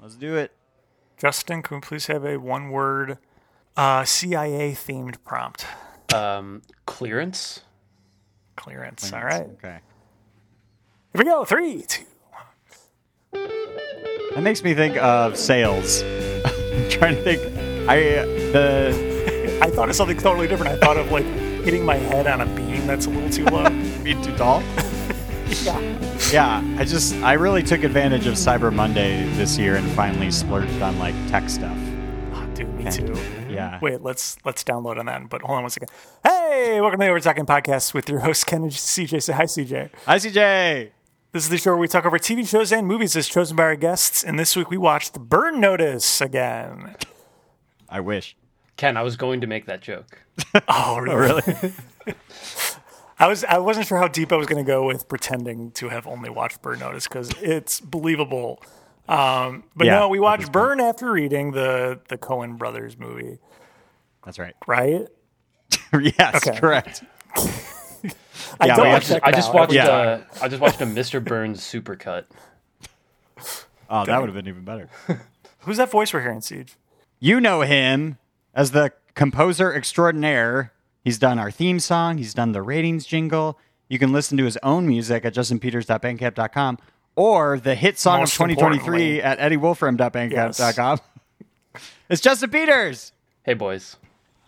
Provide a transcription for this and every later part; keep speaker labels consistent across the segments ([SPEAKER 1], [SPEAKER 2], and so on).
[SPEAKER 1] Let's do it.
[SPEAKER 2] Justin, can we please have a one word uh, CIA themed prompt?
[SPEAKER 3] Um, clearance.
[SPEAKER 2] Clearance. All right.
[SPEAKER 1] Okay.
[SPEAKER 2] Here we go. Three, two.
[SPEAKER 1] That makes me think of sales. I'm trying to think. I uh, the
[SPEAKER 2] I thought of something totally different. I thought of like hitting my head on a beam that's a little too low.
[SPEAKER 1] be too tall.
[SPEAKER 2] yeah.
[SPEAKER 1] Yeah, I just I really took advantage of Cyber Monday this year and finally splurged on like tech stuff.
[SPEAKER 2] Oh, dude, me too.
[SPEAKER 1] Yeah.
[SPEAKER 2] Wait, let's let's download on that. But hold on one second. Hey, welcome to the Over Talking Podcast with your host Ken and CJ. Say hi, CJ.
[SPEAKER 1] ICJ.
[SPEAKER 2] This is the show where we talk over TV shows and movies as chosen by our guests. And this week we watched Burn Notice again.
[SPEAKER 1] I wish.
[SPEAKER 3] Ken, I was going to make that joke.
[SPEAKER 2] Oh, really? I was I wasn't sure how deep I was going to go with pretending to have only watched Burn Notice because it's believable. Um, but
[SPEAKER 1] Yeah,
[SPEAKER 2] no, we
[SPEAKER 1] at
[SPEAKER 2] watched Burn after reading the the Cohen brothers movie,
[SPEAKER 1] That's right.
[SPEAKER 2] right?
[SPEAKER 1] yes,
[SPEAKER 2] Okay.
[SPEAKER 1] correct.
[SPEAKER 2] I
[SPEAKER 1] Yeah,
[SPEAKER 2] double
[SPEAKER 1] we
[SPEAKER 3] I
[SPEAKER 1] I'll
[SPEAKER 3] just,
[SPEAKER 2] checked
[SPEAKER 3] I just
[SPEAKER 2] now.
[SPEAKER 3] watched.
[SPEAKER 1] Yeah.
[SPEAKER 3] Uh, I just watched a Mr. Burns supercut.
[SPEAKER 1] Oh, that would have been even better.
[SPEAKER 2] Who's that voice we're hearing, Siege?
[SPEAKER 1] You know him as the composer extraordinaire. He's done our theme song, he's done the ratings jingle. You can listen to his own music at justinpeters.bandcamp.com or the hit song
[SPEAKER 2] Most
[SPEAKER 1] of 2023
[SPEAKER 2] importantly.
[SPEAKER 1] at eddiewolfram.bandcamp.com. it's Justin Peters.
[SPEAKER 3] Hey, boys.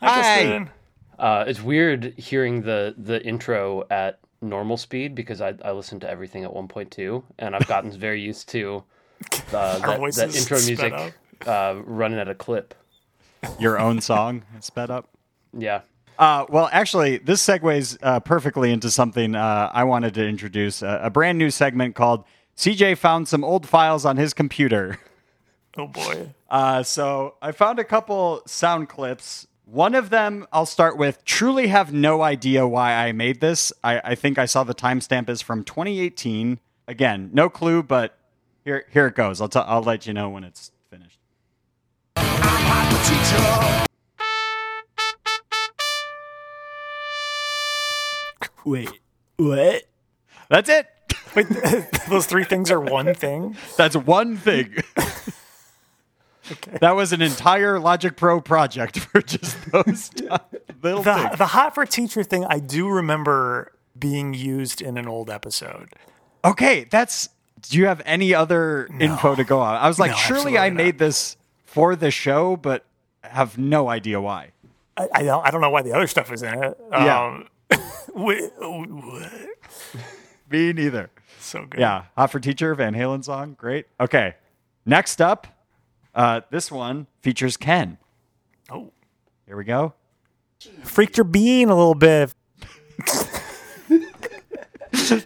[SPEAKER 1] Hi.
[SPEAKER 2] Justin.
[SPEAKER 3] Uh, it's weird hearing the the intro at normal speed because I, I listen to everything at 1.2 and I've gotten very used to uh, that, that
[SPEAKER 2] voices
[SPEAKER 3] intro
[SPEAKER 2] sped
[SPEAKER 3] music uh, running at a clip.
[SPEAKER 1] Your own song sped up.
[SPEAKER 3] Yeah.
[SPEAKER 1] Uh, well, actually, this segues uh, perfectly into something uh, I wanted to introduce uh, a brand new segment called CJ Found Some Old Files on His Computer.
[SPEAKER 2] Oh boy.
[SPEAKER 1] Uh, so I found a couple sound clips. One of them I'll start with truly have no idea why I made this. I, I think I saw the timestamp is from 2018. Again, no clue, but here here it goes. I'll, t- I'll let you know when it's finished.
[SPEAKER 2] Wait, what?
[SPEAKER 1] That's it.
[SPEAKER 2] Wait, those three things are one thing.
[SPEAKER 1] That's one thing. That was an entire Logic Pro project for just those t- little
[SPEAKER 2] The,
[SPEAKER 1] things.
[SPEAKER 2] the hot for teacher thing, I do remember being used in an old episode.
[SPEAKER 1] Okay, that's. Do you have any other info to go on? I was like,
[SPEAKER 2] No,
[SPEAKER 1] surely I
[SPEAKER 2] absolutely
[SPEAKER 1] made this for the show, but have no idea why.
[SPEAKER 2] I, I don't I don't know why the other stuff is in it.
[SPEAKER 1] Yeah.
[SPEAKER 2] Um, wi- what?
[SPEAKER 1] Me neither.
[SPEAKER 2] so good.
[SPEAKER 1] Yeah, Hot for Teacher, Van Halen song. Great. Okay, next up, uh, this one features Ken.
[SPEAKER 2] Oh,
[SPEAKER 1] Here we go.
[SPEAKER 2] freaked your bean a little bit.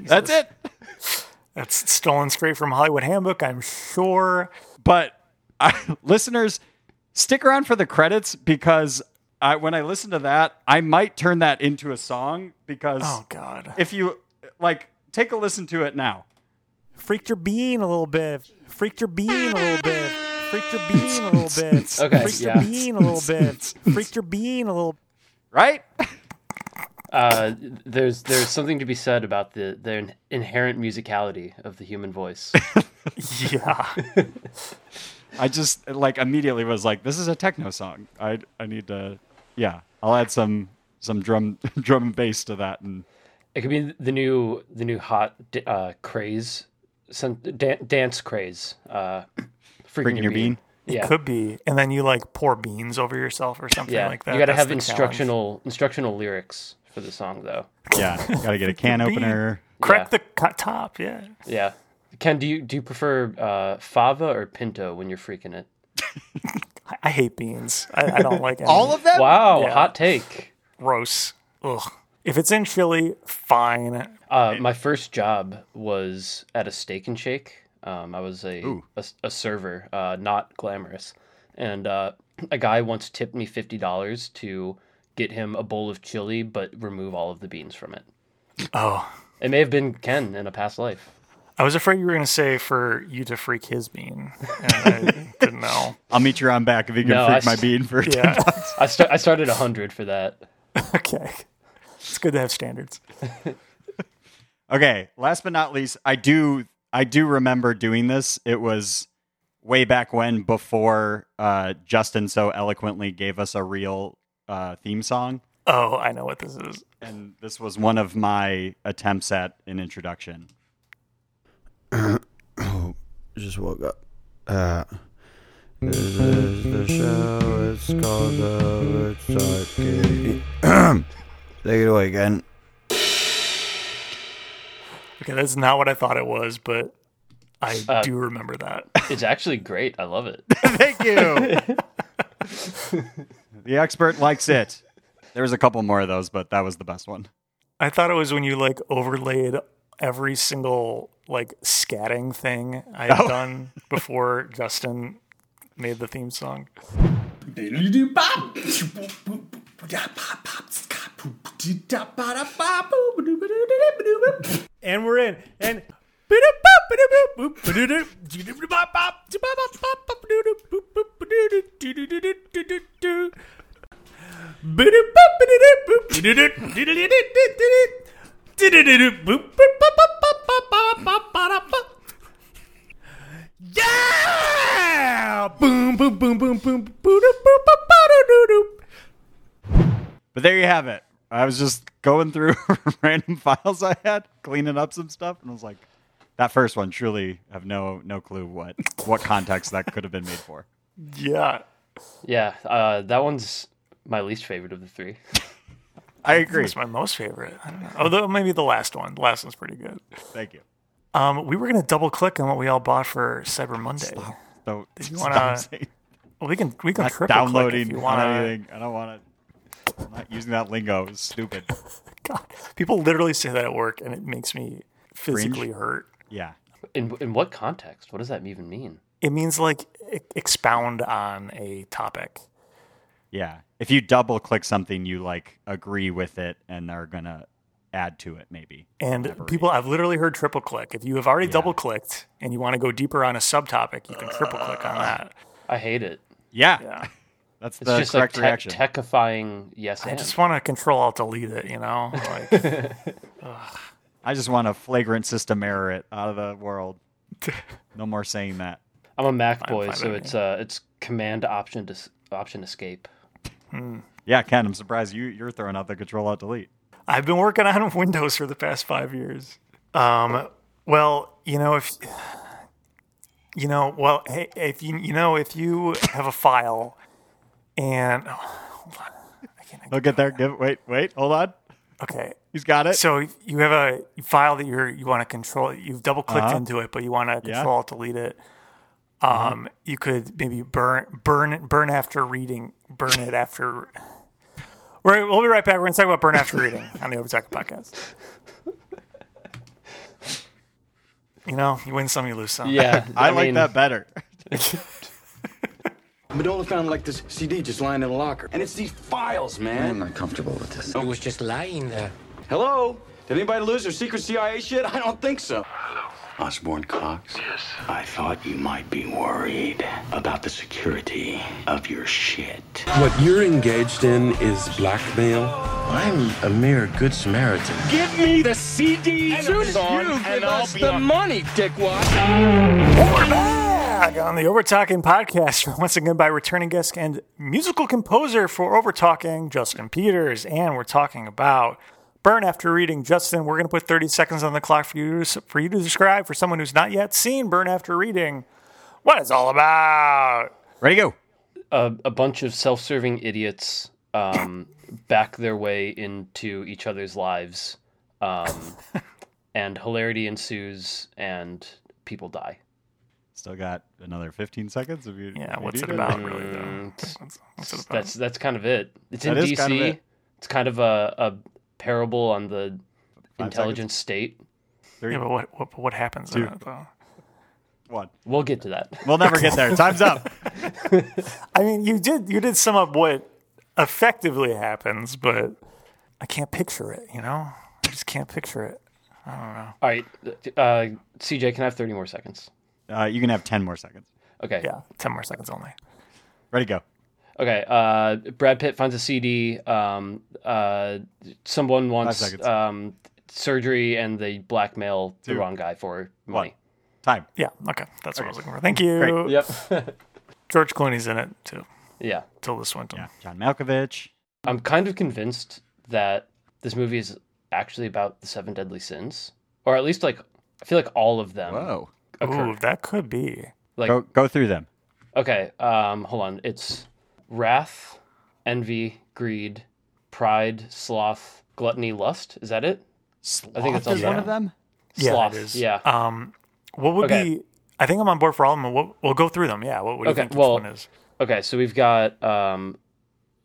[SPEAKER 1] That's it.
[SPEAKER 2] That's stolen straight from Hollywood Handbook, I'm sure.
[SPEAKER 1] But I, listeners, stick around for the credits because I, when I listen to that, I might turn that into a song because
[SPEAKER 2] Oh God,
[SPEAKER 1] if you like, take a listen to it now.
[SPEAKER 2] freaked your bean a little bit. Freaked your bean a little bit. Freaked your bean a little bit.
[SPEAKER 3] Okay,
[SPEAKER 2] Freaked your
[SPEAKER 3] yeah.
[SPEAKER 2] bean a little bit. Freaked your bean a little.
[SPEAKER 1] right?
[SPEAKER 3] Uh, there's there's something to be said about the the in- inherent musicality of the human voice.
[SPEAKER 2] Yeah.
[SPEAKER 1] I just like immediately was like, this is a techno song. I I need to, yeah. I'll add some some drum drum and bass to that, and
[SPEAKER 3] It could be the new the new hot d- uh, craze, some dan- dance craze. Uh, freaking,
[SPEAKER 1] bring your bean.
[SPEAKER 3] Yeah,
[SPEAKER 2] Could be. And then you like pour beans over yourself or something
[SPEAKER 3] yeah.
[SPEAKER 2] like that.
[SPEAKER 3] you got to
[SPEAKER 2] That's
[SPEAKER 3] have
[SPEAKER 2] the challenge.
[SPEAKER 3] instructional instructional lyrics for the song though.
[SPEAKER 1] Yeah, gotta get a can
[SPEAKER 2] Bean.
[SPEAKER 1] opener.
[SPEAKER 2] Crack the
[SPEAKER 3] Yeah.
[SPEAKER 2] cut top. Yeah.
[SPEAKER 3] Yeah. Ken, do you do you prefer uh, fava or pinto when you're freaking it?
[SPEAKER 2] I, I hate beans. I, I don't like any.
[SPEAKER 1] All of them.
[SPEAKER 3] Wow,
[SPEAKER 2] Yeah.
[SPEAKER 3] hot take.
[SPEAKER 2] gross. Ugh. If it's in chili, fine.
[SPEAKER 3] Uh, my first job was at a steak and shake. Um, I was a,
[SPEAKER 1] Ooh.
[SPEAKER 3] a s- a server, uh, not glamorous. And uh, a guy once tipped me fifty dollars to get him a bowl of chili, but remove all of the beans from it.
[SPEAKER 2] Oh,
[SPEAKER 3] It may have been Ken in a past life.
[SPEAKER 2] I was afraid you were going to say for you to freak his bean. And I didn't know.
[SPEAKER 1] I'll meet you on back if you can
[SPEAKER 3] No, I
[SPEAKER 1] freak my
[SPEAKER 3] s-
[SPEAKER 1] bean for.
[SPEAKER 2] Yeah.
[SPEAKER 3] I sta- I started a hundred for that.
[SPEAKER 2] okay. It's good to have standards.
[SPEAKER 1] Okay, last but not least, I do I do remember doing this. It was way back when before uh, Justin so eloquently gave us a real uh, theme song.
[SPEAKER 2] Oh, I know what this is.
[SPEAKER 1] And this was one of my attempts at an introduction.
[SPEAKER 4] just woke up. Uh, this is the show. It's called the Rich Arcade. Take it away again.
[SPEAKER 2] Okay, that's not what I thought it was, but I
[SPEAKER 3] Uh,
[SPEAKER 2] do remember that.
[SPEAKER 3] It's actually great. I love it.
[SPEAKER 1] Thank you. the expert likes it. There was a couple more of those, but that was the best one.
[SPEAKER 2] I thought it was when you like overlaid every single like scatting thing I had done before Justin made the theme song.
[SPEAKER 5] And we're in. And Yeah! Boom boom boom boom boom boom
[SPEAKER 1] But there you have it. I was just going through random files I had, cleaning up some stuff, and I was like, that first one truly have no no clue what what context that could have been made for.
[SPEAKER 2] Yeah.
[SPEAKER 3] Yeah, uh, that one's my least favorite of the three.
[SPEAKER 1] I agree.
[SPEAKER 2] It's my most favorite. I don't know. Although maybe the last one. The last one's pretty good.
[SPEAKER 1] Thank you.
[SPEAKER 2] Um, we were gonna double click on what we all bought for Cyber Monday.
[SPEAKER 1] So
[SPEAKER 2] you
[SPEAKER 1] stop
[SPEAKER 2] wanna-
[SPEAKER 1] saying-
[SPEAKER 2] Well, we can we can
[SPEAKER 1] not
[SPEAKER 2] triple click if
[SPEAKER 1] downloading
[SPEAKER 2] you
[SPEAKER 1] on
[SPEAKER 2] want to.
[SPEAKER 1] anything. I don't want to. I'm not using that lingo. It's stupid.
[SPEAKER 2] God, people literally say that at work, and it makes me physically hurt.
[SPEAKER 1] Yeah.
[SPEAKER 3] In in what context? What does that even mean?
[SPEAKER 2] It means like e- expound on a topic.
[SPEAKER 1] Yeah. If you double click something, you like agree with it and are going to add to it, maybe.
[SPEAKER 2] And people, I've literally heard triple click. If you have already double clicked and you want to go deeper on a subtopic, you can triple click on that.
[SPEAKER 3] I hate it.
[SPEAKER 1] Yeah.
[SPEAKER 2] Yeah.
[SPEAKER 1] That's
[SPEAKER 3] It's
[SPEAKER 1] the
[SPEAKER 3] just like
[SPEAKER 1] correct
[SPEAKER 3] te-
[SPEAKER 1] reaction.
[SPEAKER 3] techifying yes
[SPEAKER 2] I
[SPEAKER 3] and.
[SPEAKER 2] just want to control alt delete it, you know? Like,
[SPEAKER 1] I just want a flagrant system error it out of the world. No more saying that.
[SPEAKER 3] I'm a Mac boy,
[SPEAKER 2] fine
[SPEAKER 3] so
[SPEAKER 2] with
[SPEAKER 3] it's uh, it's command option to option escape.
[SPEAKER 1] Yeah, Ken, I'm surprised you, you're throwing out the control alt delete.
[SPEAKER 2] I've been working on Windows for the past five years. Um, well, you know, if, you know, well, hey, if you, you know, if you have a file and, oh,
[SPEAKER 1] Look at there. Give wait, wait, hold on.
[SPEAKER 2] okay,
[SPEAKER 1] He's got it.
[SPEAKER 2] So if you have a file that you're you want to control. You've double clicked
[SPEAKER 1] Uh-huh.
[SPEAKER 2] into it, but you want to
[SPEAKER 1] Yeah. Uh-huh.
[SPEAKER 2] control delete it. Um, you could maybe burn burn it burn after reading burn it after. We're, we'll be right back. We're going to talk about burn after reading on the Overtalk podcast. You know, you win some, you lose some.
[SPEAKER 3] Yeah,
[SPEAKER 1] I, like
[SPEAKER 3] mean,
[SPEAKER 1] that better.
[SPEAKER 6] Madola found like this CD just lying in a locker. And it's these files, man. I'm uncomfortable with this.
[SPEAKER 7] It was just lying there.
[SPEAKER 6] Hello? Did anybody lose their secret CIA shit? I don't think so. Hello. Osborne Cox? Yes. I thought you might be worried about the security of your shit.
[SPEAKER 8] What you're engaged in is blackmail. I'm a mere good Samaritan.
[SPEAKER 6] Give me the CD. Soon as you give us the money, dickwad.
[SPEAKER 2] Back on the Overtalking podcast, once again by returning guest and musical composer for Overtalking, Justin Peters. And we're talking about Burn After Reading. Justin, we're going to put 30 seconds on the clock for you, to, for you to describe for someone who's not yet seen Burn After Reading what it's all about.
[SPEAKER 1] Ready to go.
[SPEAKER 3] a, a bunch of self-serving idiots um, back their way into each other's lives, um, and hilarity ensues, and people die.
[SPEAKER 1] Still got another 15 seconds. If you,
[SPEAKER 2] Yeah,
[SPEAKER 1] if you
[SPEAKER 2] what's
[SPEAKER 1] need
[SPEAKER 2] it about, really, though?
[SPEAKER 3] Mm, it's-
[SPEAKER 2] What's, what's it about?
[SPEAKER 3] that's that's kind of it. It's in
[SPEAKER 1] That
[SPEAKER 3] DC.
[SPEAKER 1] is kind of it.
[SPEAKER 3] It's kind of a, a parable on the intelligence state.
[SPEAKER 2] Yeah, but what, what, what happens in it, though?
[SPEAKER 1] One.
[SPEAKER 3] We'll get to that.
[SPEAKER 1] We'll never get there. Time's up.
[SPEAKER 2] I mean, you did you did sum up what effectively happens, but I can't picture it, you know? I just can't picture it.
[SPEAKER 3] All right, uh, CJ, can I have thirty more seconds?
[SPEAKER 1] Uh, you can have 10 more seconds.
[SPEAKER 3] Okay.
[SPEAKER 2] Yeah, 10 more seconds only.
[SPEAKER 1] Ready to go.
[SPEAKER 3] Okay. Uh, Brad Pitt finds a CD. Um, uh, someone wants
[SPEAKER 1] seconds.
[SPEAKER 3] um, surgery, and they blackmail the wrong guy for money.
[SPEAKER 1] Time.
[SPEAKER 2] Yeah, okay. That's what I was looking for. Thank you.
[SPEAKER 1] Great.
[SPEAKER 3] Yep.
[SPEAKER 2] George Clooney's in it too.
[SPEAKER 3] yeah.
[SPEAKER 2] Tilda Swinton.
[SPEAKER 1] John Malkovich.
[SPEAKER 3] I'm kind of convinced that this movie is actually about the seven deadly sins, or at least like I feel like all of them
[SPEAKER 1] Whoa.
[SPEAKER 3] occur.
[SPEAKER 2] Ooh, that could be.
[SPEAKER 3] Like
[SPEAKER 1] Go go through them.
[SPEAKER 3] okay, um, hold on. It's wrath, envy, greed, pride, sloth, gluttony, lust. Is that it?
[SPEAKER 1] Sloth
[SPEAKER 3] think it's all
[SPEAKER 1] is
[SPEAKER 3] that.
[SPEAKER 1] one of them.
[SPEAKER 2] Yeah,
[SPEAKER 3] sloth.
[SPEAKER 2] it is.
[SPEAKER 3] Yeah.
[SPEAKER 2] Um, what would
[SPEAKER 3] Okay.
[SPEAKER 2] be? I think I'm on board for all of them. We'll, we'll go through them. Yeah. What would you
[SPEAKER 3] Okay,
[SPEAKER 2] think
[SPEAKER 3] well-
[SPEAKER 2] each one is?
[SPEAKER 3] Okay, so we've got um,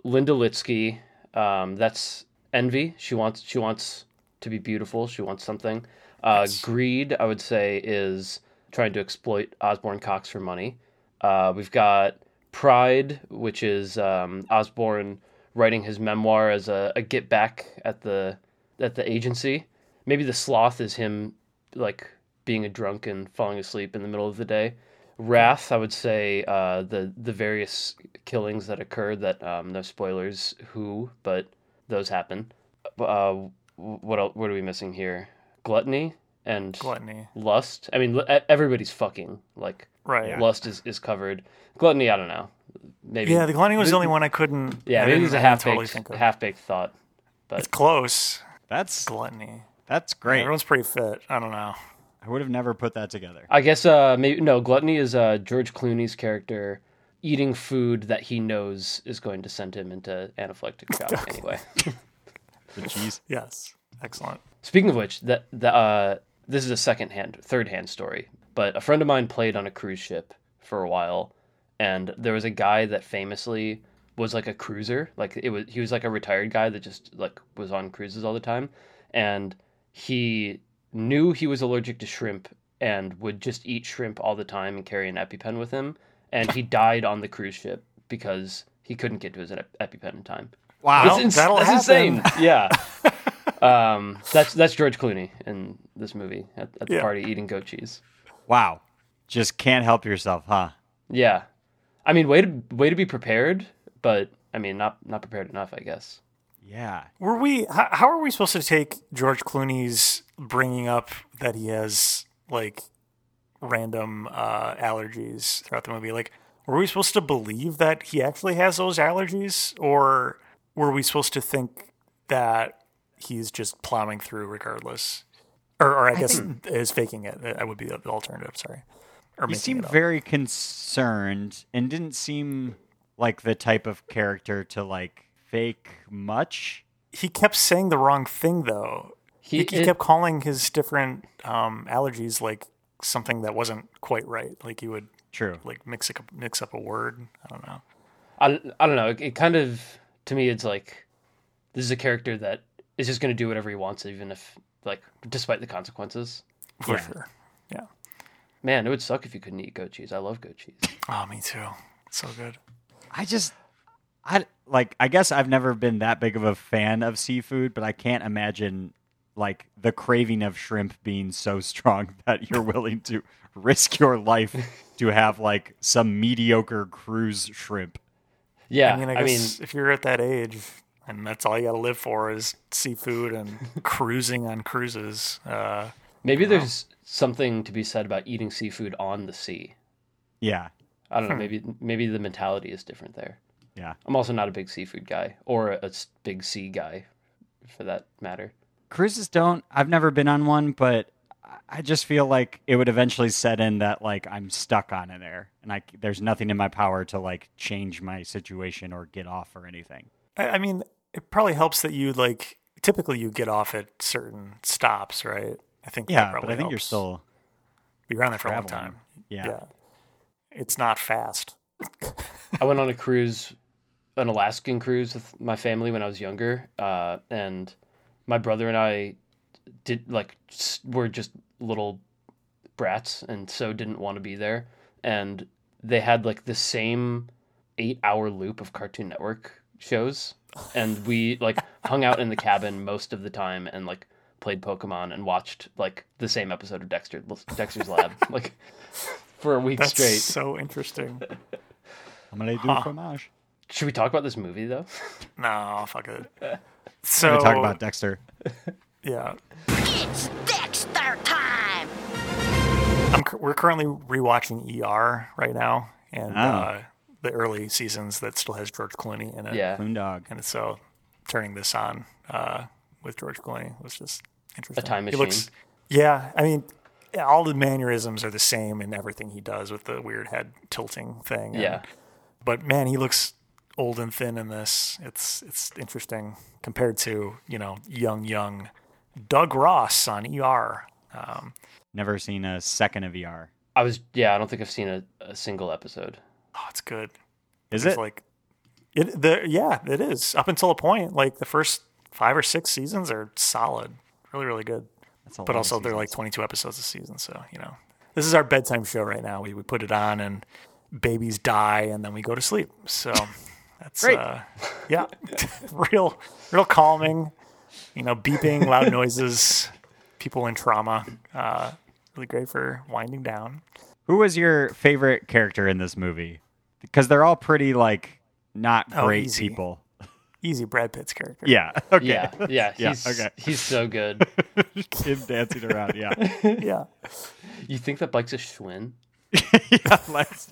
[SPEAKER 3] Linda Litsky. Um, that's envy. She wants she wants to be beautiful. She wants something. Uh, Greed, I would say, is trying to exploit Osborne Cox for money. Uh, we've got pride, which is um, Osborne writing his memoir as a, a get back at the at the agency. Maybe the sloth is him like being a drunk and falling asleep in the middle of the day. Wrath, I would say uh, the the various killings that occurred. That um, no spoilers, who, but those happen. Uh, what else, what are we missing here? Gluttony and
[SPEAKER 2] Gluttony.
[SPEAKER 3] lust. I mean, l- e- everybody's fucking like
[SPEAKER 2] Right. Yeah.
[SPEAKER 3] lust is, is covered. Gluttony, I don't know. Maybe
[SPEAKER 2] the Glenny was the only one I couldn't.
[SPEAKER 3] yeah,
[SPEAKER 2] I
[SPEAKER 3] maybe
[SPEAKER 2] didn't-
[SPEAKER 3] it's
[SPEAKER 2] I didn't
[SPEAKER 3] a half baked
[SPEAKER 2] totally think of.
[SPEAKER 3] half baked thought.
[SPEAKER 2] It's close.
[SPEAKER 1] That's
[SPEAKER 2] Gluttony.
[SPEAKER 1] that's great.
[SPEAKER 2] Everyone's pretty fit. I don't know.
[SPEAKER 1] I would have never put that together.
[SPEAKER 3] I guess uh maybe no gluttony is uh George Clooney's character eating food that he knows is going to send him into anaphylactic shock anyway.
[SPEAKER 1] The cheese.
[SPEAKER 2] Yes. Excellent.
[SPEAKER 3] Speaking of which, that the uh this is a second hand third hand story, but a friend of mine played on a cruise ship for a while and there was a guy that famously was like a cruiser, like it was he was like a retired guy that just like was on cruises all the time and he knew he was allergic to shrimp and would just eat shrimp all the time and carry an EpiPen with him. And he died on the cruise ship because he couldn't get to his Ep- EpiPen in time.
[SPEAKER 2] Wow.
[SPEAKER 3] That's, ins-
[SPEAKER 2] that'll
[SPEAKER 3] that's
[SPEAKER 2] happen.
[SPEAKER 3] insane. Yeah. um, that's that's George Clooney in this movie at, at the
[SPEAKER 2] Yeah.
[SPEAKER 3] party eating goat cheese.
[SPEAKER 1] Wow. Just can't help yourself, huh?
[SPEAKER 3] Yeah. I mean, way to way to be prepared, but I mean, not not prepared enough, I guess.
[SPEAKER 1] Yeah.
[SPEAKER 2] Were we? How, how are we supposed to take George Clooney's bringing up that he has like random uh, allergies throughout the movie? Like, were we supposed to believe that he actually has those allergies, or were we supposed to think that he's just plowing through regardless? Or, or I, guess is faking it. That would be the alternative. Sorry. Or
[SPEAKER 1] He
[SPEAKER 2] making it
[SPEAKER 1] seemed
[SPEAKER 2] up.
[SPEAKER 1] very concerned and didn't seem like the type of character to like fake much.
[SPEAKER 2] He kept saying the wrong thing though.
[SPEAKER 3] He,
[SPEAKER 2] he, he
[SPEAKER 3] it-
[SPEAKER 2] kept calling his different um, allergies like something that wasn't quite right. Like he would
[SPEAKER 1] True.
[SPEAKER 2] like mix up mix up a word. I don't know.
[SPEAKER 3] I, I don't know. It, it kind of to me, it's like this is a character that is just going to do whatever he wants, even if like despite the consequences.
[SPEAKER 2] For sure. Yeah.
[SPEAKER 3] Man, it would suck if you couldn't eat goat cheese. I love goat cheese.
[SPEAKER 2] Oh, me too. So good.
[SPEAKER 1] I just I like I guess I've never been that big of a fan of seafood, but I can't imagine like the craving of shrimp being so strong that you're willing to risk your life to have like some mediocre cruise shrimp.
[SPEAKER 3] Yeah,
[SPEAKER 2] I mean, I guess if you're at that age and that's all you got to live for is seafood and cruising on cruises. Uh,
[SPEAKER 3] Maybe there's something to be said about eating seafood on the sea.
[SPEAKER 1] Yeah.
[SPEAKER 3] I don't know. Maybe maybe the mentality is different there.
[SPEAKER 1] Yeah.
[SPEAKER 3] I'm also not a big seafood guy or a s- big sea guy, for that matter.
[SPEAKER 1] Cruises don't. I've never been on one, but I- I just feel like it would eventually set in that like I'm stuck on it there, and I c- there's nothing in my power to like change my situation or get off or anything.
[SPEAKER 2] I, I mean, it probably helps that you like. Typically, you get off at certain stops, right? I think. that
[SPEAKER 1] Yeah, but
[SPEAKER 2] probably
[SPEAKER 1] I think you're
[SPEAKER 2] helps.
[SPEAKER 1] still
[SPEAKER 2] you're on there for a long
[SPEAKER 1] traveling.
[SPEAKER 2] time.
[SPEAKER 1] yeah.
[SPEAKER 2] yeah. It's not fast.
[SPEAKER 3] I went on a cruise, an Alaskan cruise with my family when I was younger, uh, and my brother and I did like s- were just little brats, and so didn't want to be there. And they had like the same eight-hour loop of Cartoon Network shows, and we like hung out in the cabin most of the time, and like played Pokemon and watched like the same episode of Dexter Dexter's Lab like for a week
[SPEAKER 2] That's
[SPEAKER 3] straight.
[SPEAKER 2] so interesting.
[SPEAKER 1] I'm gonna do fromage.
[SPEAKER 3] Should we talk about this movie though?
[SPEAKER 2] No, fuck it. So
[SPEAKER 1] We talk about Dexter.
[SPEAKER 2] yeah.
[SPEAKER 7] It's Dexter time!
[SPEAKER 2] I'm, cur- we're currently rewatching ER right now, and
[SPEAKER 1] Oh.
[SPEAKER 2] uh, the early seasons that still has George Clooney in it.
[SPEAKER 3] Yeah.
[SPEAKER 1] Boondog.
[SPEAKER 2] and so turning this on uh, with George Clooney was just interesting.
[SPEAKER 3] time
[SPEAKER 2] He looks,
[SPEAKER 3] machine.
[SPEAKER 2] yeah, I mean, all the mannerisms are the same in everything he does with the weird head tilting thing. and-
[SPEAKER 3] Yeah.
[SPEAKER 2] but man, he looks old and thin in this. It's it's interesting compared to you know young young Doug Ross on ER. Um,
[SPEAKER 1] Never seen a second of ER.
[SPEAKER 3] I was yeah, I don't think I've seen a, a single episode.
[SPEAKER 2] oh, it's good.
[SPEAKER 1] Is
[SPEAKER 2] It's
[SPEAKER 1] it?
[SPEAKER 2] like it the yeah it is up until a point like the first five or six seasons are solid, really really good.
[SPEAKER 1] That's a lot
[SPEAKER 2] but
[SPEAKER 1] of
[SPEAKER 2] also they're like 22 episodes a season so you know this is our bedtime show right now we, we put it on and babies die and then we go to sleep so that's
[SPEAKER 1] Great.
[SPEAKER 2] uh yeah real real calming you know beeping loud noises people in trauma uh really great for winding down
[SPEAKER 1] Who was your favorite character in this movie? Because they're all pretty like not
[SPEAKER 2] Oh,
[SPEAKER 1] great
[SPEAKER 2] easy.
[SPEAKER 1] people.
[SPEAKER 2] easy brad pitt's character
[SPEAKER 1] Yeah. Okay.
[SPEAKER 3] Yeah, yeah,
[SPEAKER 1] Yeah,
[SPEAKER 3] he's,
[SPEAKER 1] okay.
[SPEAKER 3] he's so good.
[SPEAKER 1] Him dancing around. Yeah.
[SPEAKER 2] yeah
[SPEAKER 3] You think that bike's a Schwinn?
[SPEAKER 1] Let's-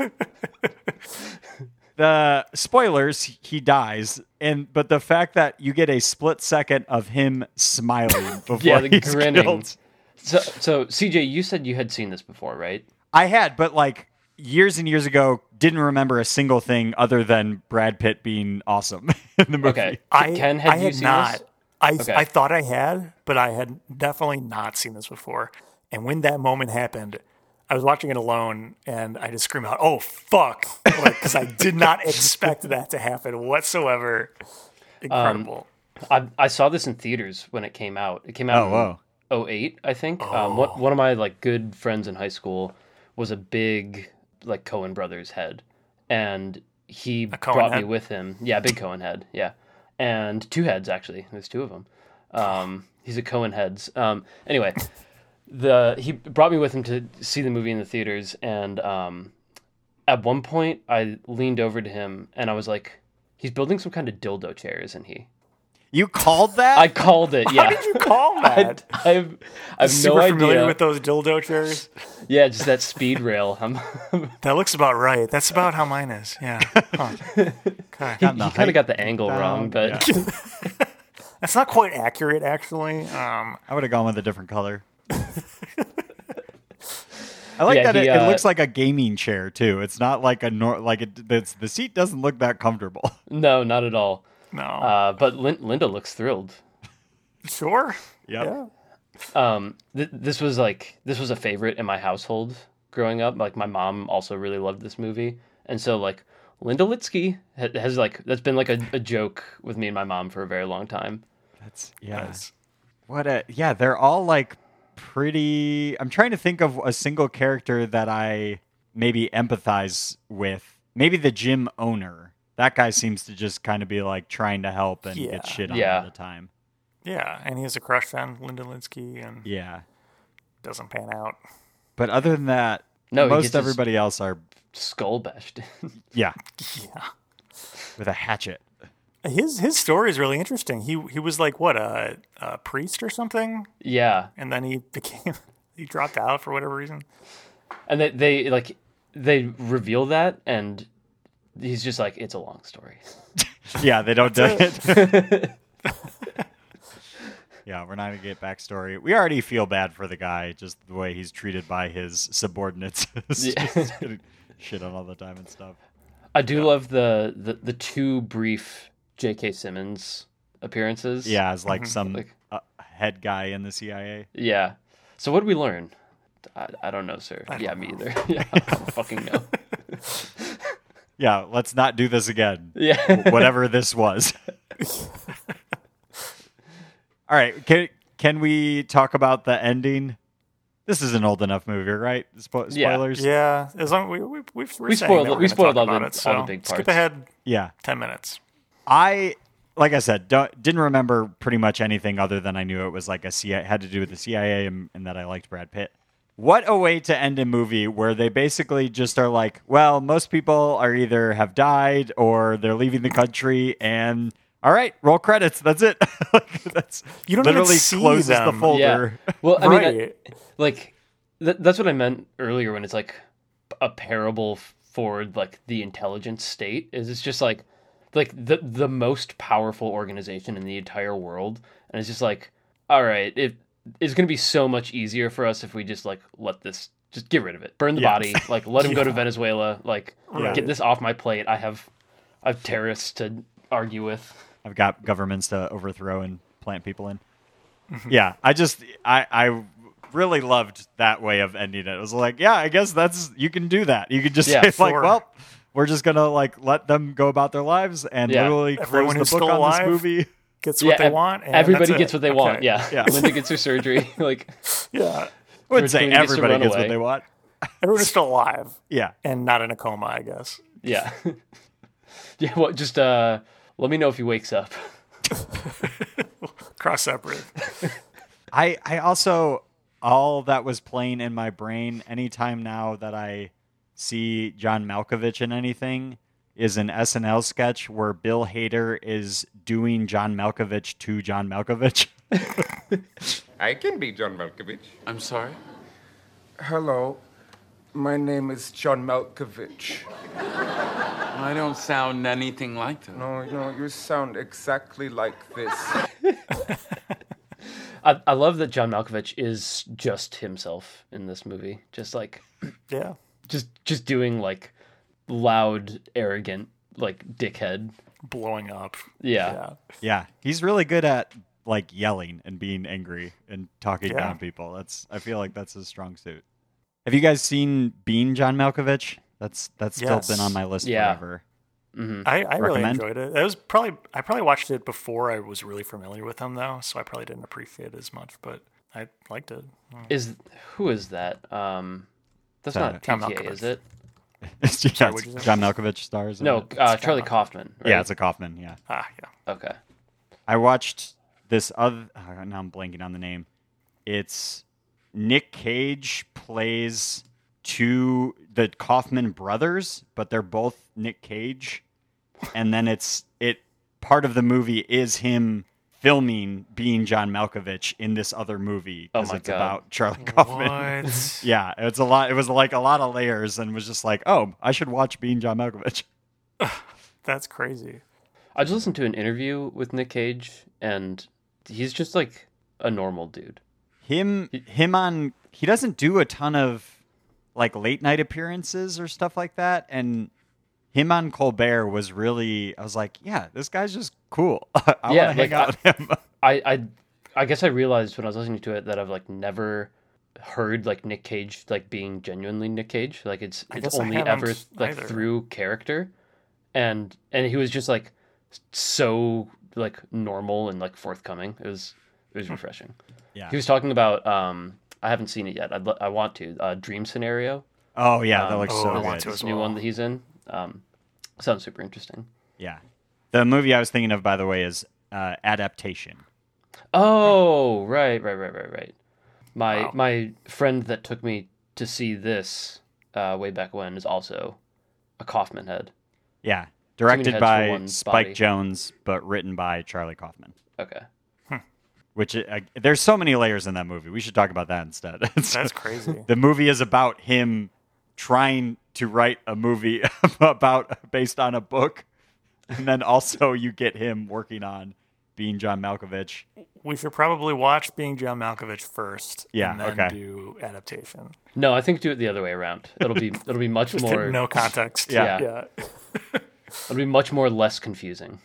[SPEAKER 1] the spoilers. He dies, and but the fact that you get a split second of him smiling before
[SPEAKER 3] Yeah, the
[SPEAKER 1] he's
[SPEAKER 3] grinning.
[SPEAKER 1] killed.
[SPEAKER 3] So, so CJ, you said you had seen this before, right?
[SPEAKER 1] I had, but like years and years ago, didn't remember a single thing other than Brad Pitt being awesome in the movie.
[SPEAKER 3] Okay.
[SPEAKER 2] i
[SPEAKER 3] Ken, had
[SPEAKER 2] I
[SPEAKER 3] you
[SPEAKER 2] had
[SPEAKER 3] seen
[SPEAKER 2] not
[SPEAKER 3] this?
[SPEAKER 2] i
[SPEAKER 3] Okay.
[SPEAKER 2] i thought i had but i had definitely not seen this before and when that moment happened I was watching it alone, and I just screamed out, "Oh fuck!" Because I did not expect that to happen whatsoever.
[SPEAKER 3] Um,
[SPEAKER 2] Incredible.
[SPEAKER 3] I, I saw this in theaters when it came out. It came out
[SPEAKER 1] Oh, whoa.
[SPEAKER 3] in 08, I think.
[SPEAKER 2] Oh.
[SPEAKER 3] Um, one, one of my like good friends in high school was a big like Cohen Brothers head, and he
[SPEAKER 2] Coen
[SPEAKER 3] brought me
[SPEAKER 2] head?
[SPEAKER 3] with him. Yeah, big Cohen head. Yeah, and two heads actually. There's two of them. Um, he's a Cohen heads. Um, anyway, the he brought me with him to see the movie in the theaters, and um, at one point I leaned over to him and I was like, "He's building some kind of dildo chair, isn't he?"
[SPEAKER 1] You called that?
[SPEAKER 3] I called it. Yeah.
[SPEAKER 2] How did you call
[SPEAKER 3] I,
[SPEAKER 2] that?
[SPEAKER 3] I've, I've no
[SPEAKER 2] Super familiar
[SPEAKER 3] idea.
[SPEAKER 2] with those dildo chairs.
[SPEAKER 3] yeah, just that speed rail. I'm,
[SPEAKER 2] That looks about right. That's about how mine is. Yeah, Huh.
[SPEAKER 3] he
[SPEAKER 1] the
[SPEAKER 3] kind
[SPEAKER 1] height
[SPEAKER 3] of got the angle wrong,
[SPEAKER 1] down,
[SPEAKER 3] but
[SPEAKER 2] that's not quite accurate, actually. Um,
[SPEAKER 1] I would have gone with a different color. I like
[SPEAKER 3] Yeah,
[SPEAKER 1] that
[SPEAKER 3] he,
[SPEAKER 1] it,
[SPEAKER 3] uh,
[SPEAKER 1] it looks like a gaming chair too. It's not like a nor- like it, it's, the seat doesn't look that comfortable.
[SPEAKER 3] no, not at all.
[SPEAKER 2] no,
[SPEAKER 3] Uh, but Lin- Linda looks thrilled.
[SPEAKER 2] sure.
[SPEAKER 1] Yep.
[SPEAKER 2] Yeah.
[SPEAKER 3] Um, th- this was like this was a favorite in my household growing up. Like my mom also really loved this movie, and so like Linda Litsky ha- has like that's been like a, a joke with me and my mom for a very long time.
[SPEAKER 1] That's yeah.
[SPEAKER 2] Nice.
[SPEAKER 1] What a yeah, they're all like pretty I'm trying to think of a single character that I maybe empathize with. Maybe the gym owner. That guy seems to just kind of be like trying to help and
[SPEAKER 2] Yeah.
[SPEAKER 1] get shit on
[SPEAKER 3] Yeah.
[SPEAKER 1] all the time.
[SPEAKER 2] Yeah, and he has a crush on Linda Linsky and
[SPEAKER 1] Yeah.
[SPEAKER 2] doesn't pan out.
[SPEAKER 1] But other than that,
[SPEAKER 3] No, he gets
[SPEAKER 1] most
[SPEAKER 3] his-
[SPEAKER 1] everybody else are
[SPEAKER 3] Skull bashed. in.
[SPEAKER 1] yeah,
[SPEAKER 2] Yeah.
[SPEAKER 1] with a hatchet.
[SPEAKER 2] His his story is really interesting. He he was like what a, a priest or something,
[SPEAKER 3] yeah,
[SPEAKER 2] and then he became he dropped out for whatever reason.
[SPEAKER 3] and they, they like they reveal that and he's just like it's a long story
[SPEAKER 1] Yeah, they don't do it. yeah, we're not gonna get backstory. We already feel bad for the guy, just the way he's treated by his subordinates. It's
[SPEAKER 3] Yeah.
[SPEAKER 1] just getting shit on all the time and stuff.
[SPEAKER 3] i do love the, the the two brief jk simmons appearances
[SPEAKER 1] Yeah, as like some
[SPEAKER 3] Like-
[SPEAKER 1] uh, head guy in the CIA.
[SPEAKER 3] yeah so what did we learn i, I don't know sir yeah me either yeah i don't fucking know
[SPEAKER 1] Yeah, let's not do this again.
[SPEAKER 3] yeah
[SPEAKER 1] Whatever this was. all right, can can we talk about the ending? This is an old enough movie, right? Spo-
[SPEAKER 3] Yeah.
[SPEAKER 1] spoilers.
[SPEAKER 2] Yeah, as long we we we've, we're
[SPEAKER 3] We
[SPEAKER 2] saying
[SPEAKER 3] spoiled-
[SPEAKER 2] that we're
[SPEAKER 3] we
[SPEAKER 2] gonna
[SPEAKER 3] spoiled
[SPEAKER 2] talk
[SPEAKER 3] all the-
[SPEAKER 2] about it, so
[SPEAKER 3] all the big
[SPEAKER 2] skip
[SPEAKER 3] parts.
[SPEAKER 2] ahead
[SPEAKER 1] yeah.
[SPEAKER 2] ten minutes.
[SPEAKER 1] I like I said, don't, didn't remember pretty much anything other than I knew it was like a CIA had to do with the CIA and, and that I liked Brad Pitt. What a way to end a movie where they basically just are like, well, most people are either have died or they're leaving the country and all right, roll credits. That's it. Like, that's
[SPEAKER 2] You don't even
[SPEAKER 1] literally
[SPEAKER 2] see
[SPEAKER 1] closes the
[SPEAKER 2] them.
[SPEAKER 1] folder.
[SPEAKER 3] yeah well i mean
[SPEAKER 2] right.
[SPEAKER 3] I- like Th- that's what I meant earlier when it's like a parable for like the intelligence state. Is it's just like like the the most powerful organization in the entire world, and it's just like all right, it it's gonna be so much easier for us if we just like let this just get rid of it, burn the
[SPEAKER 2] Yeah.
[SPEAKER 3] body, like let him go to
[SPEAKER 2] Yeah.
[SPEAKER 3] Venezuela, like
[SPEAKER 2] Right.
[SPEAKER 3] get this off my plate. I have I have terrorists to argue with.
[SPEAKER 1] I've got governments to overthrow and plant people in.
[SPEAKER 2] Mm-hmm.
[SPEAKER 1] yeah, I just I I really loved that way of ending it. It was like, yeah, I guess that's you can do that. You could just
[SPEAKER 3] Yeah,
[SPEAKER 1] say like,
[SPEAKER 2] sure.
[SPEAKER 1] well, we're just gonna like let them go about their lives and
[SPEAKER 3] Yeah.
[SPEAKER 1] literally
[SPEAKER 2] Everyone
[SPEAKER 1] close
[SPEAKER 2] who's
[SPEAKER 1] the book
[SPEAKER 2] still
[SPEAKER 1] on
[SPEAKER 2] alive.
[SPEAKER 1] this movie.
[SPEAKER 2] Gets what they
[SPEAKER 3] ev-
[SPEAKER 2] want. And
[SPEAKER 3] everybody
[SPEAKER 2] that's
[SPEAKER 3] gets
[SPEAKER 2] it.
[SPEAKER 3] what they
[SPEAKER 2] Okay.
[SPEAKER 3] want. Yeah.
[SPEAKER 1] Yeah.
[SPEAKER 3] Linda gets her surgery. Like
[SPEAKER 2] Yeah.
[SPEAKER 1] I wouldn't say
[SPEAKER 3] Everyone gets to
[SPEAKER 1] everybody
[SPEAKER 3] run
[SPEAKER 1] gets
[SPEAKER 3] away.
[SPEAKER 1] what they want.
[SPEAKER 2] Everyone is still alive
[SPEAKER 1] Yeah,
[SPEAKER 2] and not in a coma, I guess.
[SPEAKER 3] Yeah. yeah, well just uh let me know if he wakes up.
[SPEAKER 2] Cross that bridge.
[SPEAKER 1] I I also all that was playing in my brain anytime now that I see John Malkovich in anything is an SNL sketch where Bill Hader is doing John Malkovich to John Malkovich.
[SPEAKER 7] I can be John Malkovich.
[SPEAKER 6] I'm sorry?
[SPEAKER 9] Hello, my name is John Malkovich.
[SPEAKER 6] I don't sound anything like that.
[SPEAKER 9] No, no, Oh, you sound exactly like this.
[SPEAKER 3] I, I love that John Malkovich is just himself in this movie. Just like
[SPEAKER 2] Yeah.
[SPEAKER 3] just just doing like loud, arrogant, like dickhead.
[SPEAKER 2] Blowing up.
[SPEAKER 3] Yeah.
[SPEAKER 2] Yeah.
[SPEAKER 1] yeah, he's really good at like yelling and being angry and talking
[SPEAKER 2] Yeah.
[SPEAKER 1] down people. That's I feel like that's his strong suit. Have you guys seen Being John Malkovich? That's that's
[SPEAKER 2] Yes.
[SPEAKER 1] still been on my list
[SPEAKER 3] Yeah.
[SPEAKER 1] forever.
[SPEAKER 2] I, I really
[SPEAKER 1] Recommend?
[SPEAKER 2] enjoyed it. That was probably I probably watched it before I was really familiar with him though, so I probably didn't appreciate it as much, but I liked it.
[SPEAKER 3] Is who is that? Um that's
[SPEAKER 1] Uh,
[SPEAKER 3] not
[SPEAKER 2] John
[SPEAKER 3] PTA,
[SPEAKER 2] Malkovich.
[SPEAKER 3] is it?
[SPEAKER 1] Yeah,
[SPEAKER 2] what'd you say?
[SPEAKER 1] it's John Malkovich stars. in
[SPEAKER 3] No,
[SPEAKER 1] it.
[SPEAKER 3] uh, Charlie Kaufman. Right?
[SPEAKER 1] yeah, it's a Kaufman. Yeah.
[SPEAKER 2] Ah, yeah.
[SPEAKER 3] okay.
[SPEAKER 1] I watched this other. oh, Now I'm blanking on the name. It's Nick Cage plays two the Kaufman brothers, but they're both Nick Cage. And then it's it part of the movie is him filming being John Malkovich in this other movie
[SPEAKER 3] Oh
[SPEAKER 1] because
[SPEAKER 3] my
[SPEAKER 1] it's
[SPEAKER 3] God.
[SPEAKER 1] about Charlie Kaufman.
[SPEAKER 2] What?
[SPEAKER 1] Yeah, it's a lot. It was like a lot of layers, and was just like, oh, I should watch Being John Malkovich.
[SPEAKER 2] That's crazy.
[SPEAKER 3] I just listened to an interview with Nick Cage and he's just like a normal dude.
[SPEAKER 1] him him on he doesn't do a ton of like late night appearances or stuff like that and him on colbert was really i was like yeah this guy's just cool i want to
[SPEAKER 3] Yeah,
[SPEAKER 1] hang
[SPEAKER 3] like,
[SPEAKER 1] out with him
[SPEAKER 3] I, I I guess I realized when I was listening to it that I've like never heard like Nick Cage like being genuinely Nick Cage. Like it's
[SPEAKER 2] I
[SPEAKER 3] it's
[SPEAKER 2] guess I
[SPEAKER 3] only
[SPEAKER 2] haven't
[SPEAKER 3] ever like
[SPEAKER 2] either.
[SPEAKER 3] through character, and and he was just like so like normal and like forthcoming. It was it
[SPEAKER 2] Hmm.
[SPEAKER 3] was refreshing.
[SPEAKER 1] Yeah.
[SPEAKER 3] he was talking about um I haven't seen it yet. I'd lo- I want to uh, Dream Scenario.
[SPEAKER 1] oh yeah that looks
[SPEAKER 2] oh,
[SPEAKER 1] so
[SPEAKER 2] I
[SPEAKER 1] good
[SPEAKER 2] want to
[SPEAKER 3] This
[SPEAKER 2] as
[SPEAKER 3] new
[SPEAKER 2] well.
[SPEAKER 3] one that he's in. Um, sounds super interesting.
[SPEAKER 1] yeah the movie i was thinking of by the way is uh, adaptation
[SPEAKER 3] Oh, right, right, right, right, right. My my friend that took me to see this uh, way back when is also a Kaufman head.
[SPEAKER 1] yeah
[SPEAKER 3] heads
[SPEAKER 1] directed
[SPEAKER 3] for
[SPEAKER 1] by
[SPEAKER 3] one
[SPEAKER 1] spike
[SPEAKER 3] body.
[SPEAKER 1] jones but written by charlie kaufman
[SPEAKER 3] Okay.
[SPEAKER 1] which uh, there's so many layers in that movie we should talk about that instead
[SPEAKER 2] That's crazy.
[SPEAKER 1] the movie is about him trying to write a movie about based on a book and then also you get him working on being john malkovich
[SPEAKER 2] we should probably watch Being John Malkovich first.
[SPEAKER 1] Yeah,
[SPEAKER 2] and then
[SPEAKER 1] okay.
[SPEAKER 2] do adaptation.
[SPEAKER 3] No, I think do it the other way around. It'll be it'll be much more
[SPEAKER 2] no context.
[SPEAKER 3] Yeah.
[SPEAKER 2] Yeah.
[SPEAKER 3] it'll be much more less confusing.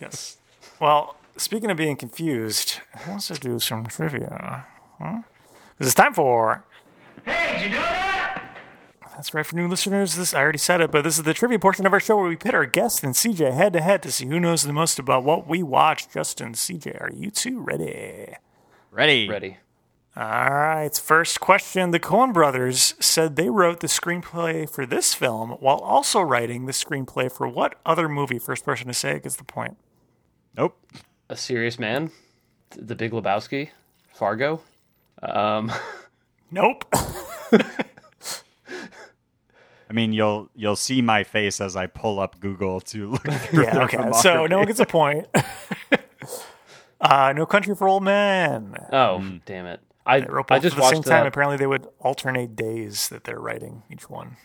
[SPEAKER 2] Yes. Well, speaking of being confused, I want to do some trivia. Huh? 'Cause It's time for. That's right for new listeners. This I already said it, but this is the trivia portion of our show where we pit our guests and CJ head to head to see who knows the most about what we watch. Justin, CJ, are you two ready?
[SPEAKER 1] ready
[SPEAKER 3] Ready?
[SPEAKER 2] All right. First question: The Coen Brothers said they wrote the screenplay for this film while also writing the screenplay for what other movie? First person to say it gets the point.
[SPEAKER 1] nope
[SPEAKER 3] A serious man? Th- The Big Lebowski? Fargo? Um,
[SPEAKER 2] Nope.
[SPEAKER 1] i mean you'll you'll see my face as i pull up google to look through
[SPEAKER 2] Yeah,
[SPEAKER 1] their
[SPEAKER 2] okay. So no
[SPEAKER 1] filmography.
[SPEAKER 2] one gets a point. uh, no Country for Old Men.
[SPEAKER 3] oh, damn it! I I,
[SPEAKER 2] They wrote both
[SPEAKER 3] I just
[SPEAKER 2] at the
[SPEAKER 3] watched uh,
[SPEAKER 2] same
[SPEAKER 3] that.
[SPEAKER 2] time. Apparently, they would alternate days that they're writing each one.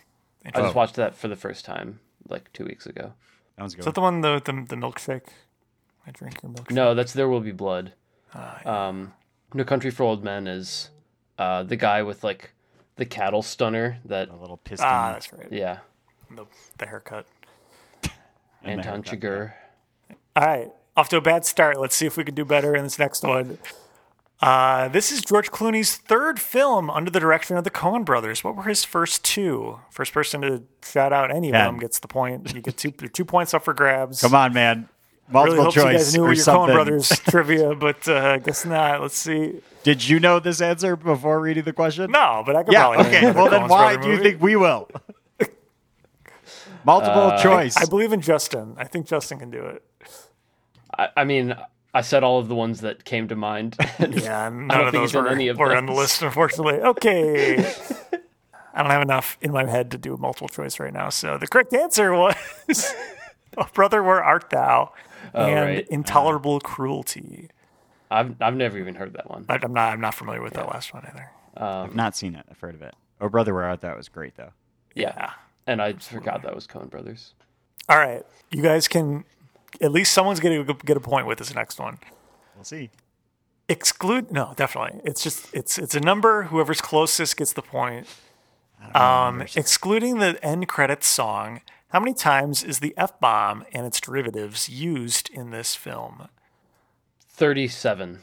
[SPEAKER 3] I just watched that for the first time like two weeks ago.
[SPEAKER 1] That was good.
[SPEAKER 2] Is that the one the the, the milkshake? I drink your milkshake.
[SPEAKER 3] No, that's There Will Be Blood. um, no Country for Old Men is uh, the guy with like the cattle stunner that
[SPEAKER 1] a little piston.
[SPEAKER 2] Ah, that's right.
[SPEAKER 3] yeah
[SPEAKER 2] The, the haircut.
[SPEAKER 1] And the
[SPEAKER 3] Anton Chigurh.
[SPEAKER 2] All right, off to a bad start. Let's see if we can do better in this next one. Uh, this is George Clooney's third film under the direction of the Coen Brothers. What were his first two? First person to shout out any
[SPEAKER 1] Ten.
[SPEAKER 2] of them gets the point. You get two two points up for grabs.
[SPEAKER 1] Come on, man.
[SPEAKER 2] Really
[SPEAKER 1] Multiple
[SPEAKER 2] hope you
[SPEAKER 1] choice
[SPEAKER 2] guys knew
[SPEAKER 1] or
[SPEAKER 2] your
[SPEAKER 1] something.
[SPEAKER 2] Coen Brothers trivia, but uh, I guess not. Let's see.
[SPEAKER 1] Did you know this answer before reading the question?
[SPEAKER 2] No, but I could
[SPEAKER 1] Yeah.
[SPEAKER 2] probably. name
[SPEAKER 1] Okay.
[SPEAKER 2] another
[SPEAKER 1] Well, then
[SPEAKER 2] Coen
[SPEAKER 1] why
[SPEAKER 2] Brother
[SPEAKER 1] do you
[SPEAKER 2] movie.
[SPEAKER 1] think we will? Multiple choice.
[SPEAKER 2] I believe in Justin. I think Justin can do it.
[SPEAKER 3] I, I mean, I said all of the ones that came to mind.
[SPEAKER 2] Yeah, none
[SPEAKER 3] don't
[SPEAKER 2] of
[SPEAKER 3] think
[SPEAKER 2] those
[SPEAKER 3] he's done
[SPEAKER 2] were,
[SPEAKER 3] any of
[SPEAKER 2] were on the
[SPEAKER 3] those.
[SPEAKER 2] list, unfortunately. Okay. I don't have enough in my head to do a multiple choice right now. So the correct answer was oh, Brother, Where Art Thou?
[SPEAKER 1] Oh,
[SPEAKER 2] and
[SPEAKER 1] Uh-huh.
[SPEAKER 3] right.
[SPEAKER 2] Intolerable Cruelty.
[SPEAKER 3] I've I've never even heard that one.
[SPEAKER 2] I- I'm not, I'm not familiar with that last one either.
[SPEAKER 1] I've not seen it. I've heard of it. Oh, brother, where art thou was great though.
[SPEAKER 3] Yeah, and I forgot that was Coen Brothers.
[SPEAKER 2] All right. You guys can, at least someone's going to get a point with this next one.
[SPEAKER 1] We'll see.
[SPEAKER 2] exclude no definitely it's just it's it's a number whoever's closest gets the point um excluding the end credits song how many times is the f-bomb and its derivatives used in this film
[SPEAKER 3] Thirty-seven.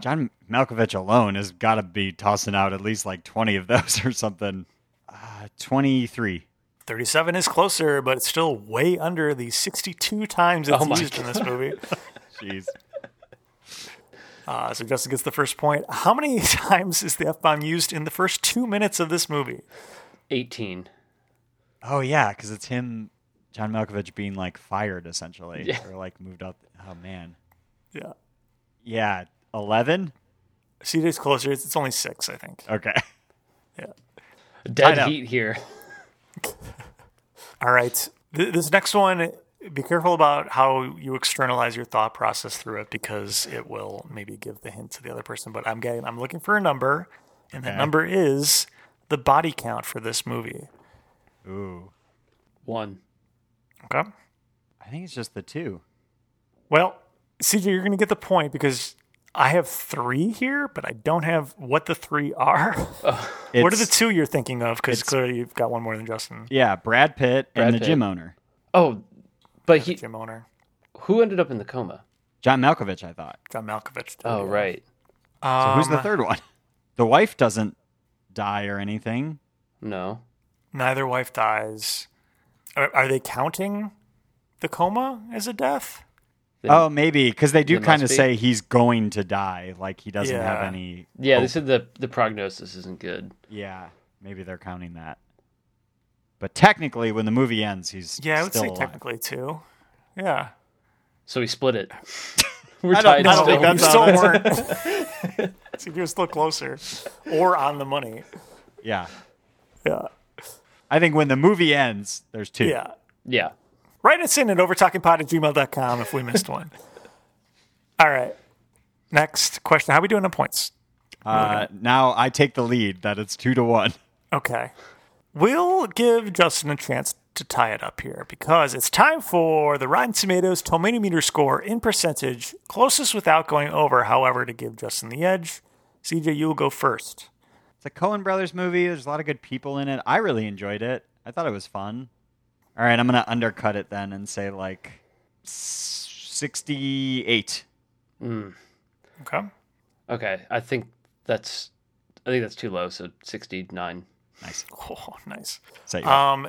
[SPEAKER 1] John Malkovich alone has got to be tossing out at least like 20 of those or something. Uh, 23.
[SPEAKER 2] 37 is closer but it's still way under the 62 times it's
[SPEAKER 3] Oh my
[SPEAKER 2] used in this movie
[SPEAKER 1] Jeez.
[SPEAKER 2] uh, so justin gets the first point how many times is the f-bomb used in the first two minutes of this movie
[SPEAKER 3] 18.
[SPEAKER 1] oh, yeah, because it's him, John Malkovich, being like fired essentially
[SPEAKER 3] Yeah.
[SPEAKER 1] or like moved up. Oh, man.
[SPEAKER 2] yeah
[SPEAKER 1] Yeah. 11?
[SPEAKER 2] cj's closer it's, it's only six i think
[SPEAKER 1] Okay. know.
[SPEAKER 3] Dead heat here.
[SPEAKER 2] All right. Th- This next one, be careful about how you externalize your thought process through it because it will maybe give the hint to the other person. But I'm getting, I'm looking for a number, and that number is the body count for this movie.
[SPEAKER 1] Ooh.
[SPEAKER 3] One.
[SPEAKER 2] Okay.
[SPEAKER 1] I think it's just the two.
[SPEAKER 2] Well, CJ, you're going to get the point because I have three here, but I don't have what the three are. what are the
[SPEAKER 1] It's-
[SPEAKER 2] two you're thinking of? Because
[SPEAKER 1] it's-
[SPEAKER 2] clearly you've got one more than Justin,
[SPEAKER 1] Yeah, Brad Pitt
[SPEAKER 3] Brad
[SPEAKER 1] and the
[SPEAKER 3] Pitt.
[SPEAKER 1] gym owner.
[SPEAKER 3] Oh, but he
[SPEAKER 2] Jim Owner,
[SPEAKER 3] who ended up in the coma?
[SPEAKER 1] John Malkovich, I thought.
[SPEAKER 2] John Malkovich.
[SPEAKER 3] Oh, right.
[SPEAKER 1] So
[SPEAKER 2] Um,
[SPEAKER 1] who's the third one? The wife doesn't die or anything.
[SPEAKER 3] No.
[SPEAKER 2] neither wife dies. Are, are they counting the coma as a death?
[SPEAKER 3] They-
[SPEAKER 1] Oh, maybe because they do
[SPEAKER 3] They
[SPEAKER 1] kind of
[SPEAKER 3] must be.
[SPEAKER 1] say he's going to die. Like he doesn't have
[SPEAKER 2] Yeah.
[SPEAKER 1] any.
[SPEAKER 3] Yeah, they
[SPEAKER 1] hope.
[SPEAKER 3] said the the prognosis isn't good.
[SPEAKER 1] yeah. Maybe they're counting that. But technically, when the movie ends, he's
[SPEAKER 2] Yeah, I would
[SPEAKER 1] still
[SPEAKER 2] say
[SPEAKER 1] alive.
[SPEAKER 2] technically too. Yeah,
[SPEAKER 3] So we split it. We're
[SPEAKER 1] I don't-
[SPEAKER 3] tied
[SPEAKER 1] I don't
[SPEAKER 3] still.
[SPEAKER 1] think that's
[SPEAKER 2] you
[SPEAKER 1] how
[SPEAKER 2] still
[SPEAKER 1] that-
[SPEAKER 2] weren't. so you're still closer, or on the money.
[SPEAKER 1] Yeah,
[SPEAKER 2] Yeah,
[SPEAKER 1] I think when the movie ends, there's two.
[SPEAKER 2] yeah.
[SPEAKER 3] Yeah.
[SPEAKER 2] Write us in at overtalkingpod at gmail.com if we missed one. All right. Next question. How are we doing on points?
[SPEAKER 1] Uh, now I take the lead that it's two to one.
[SPEAKER 2] Okay. We'll give Justin a chance to tie it up here because it's time for the Rotten Tomatoes Tomatometer score in percentage, closest without going over, however, to give Justin the edge. CJ, you'll go first.
[SPEAKER 1] It's a Coen Brothers movie. There's a lot of good people in it. I really enjoyed it. I thought it was fun. All right, I'm gonna undercut it then and say like sixty-eight.
[SPEAKER 2] Okay.
[SPEAKER 3] Okay. I think that's I think that's too low, so 69.
[SPEAKER 1] Nice.
[SPEAKER 2] Oh, nice.
[SPEAKER 1] Set you up.
[SPEAKER 2] Um,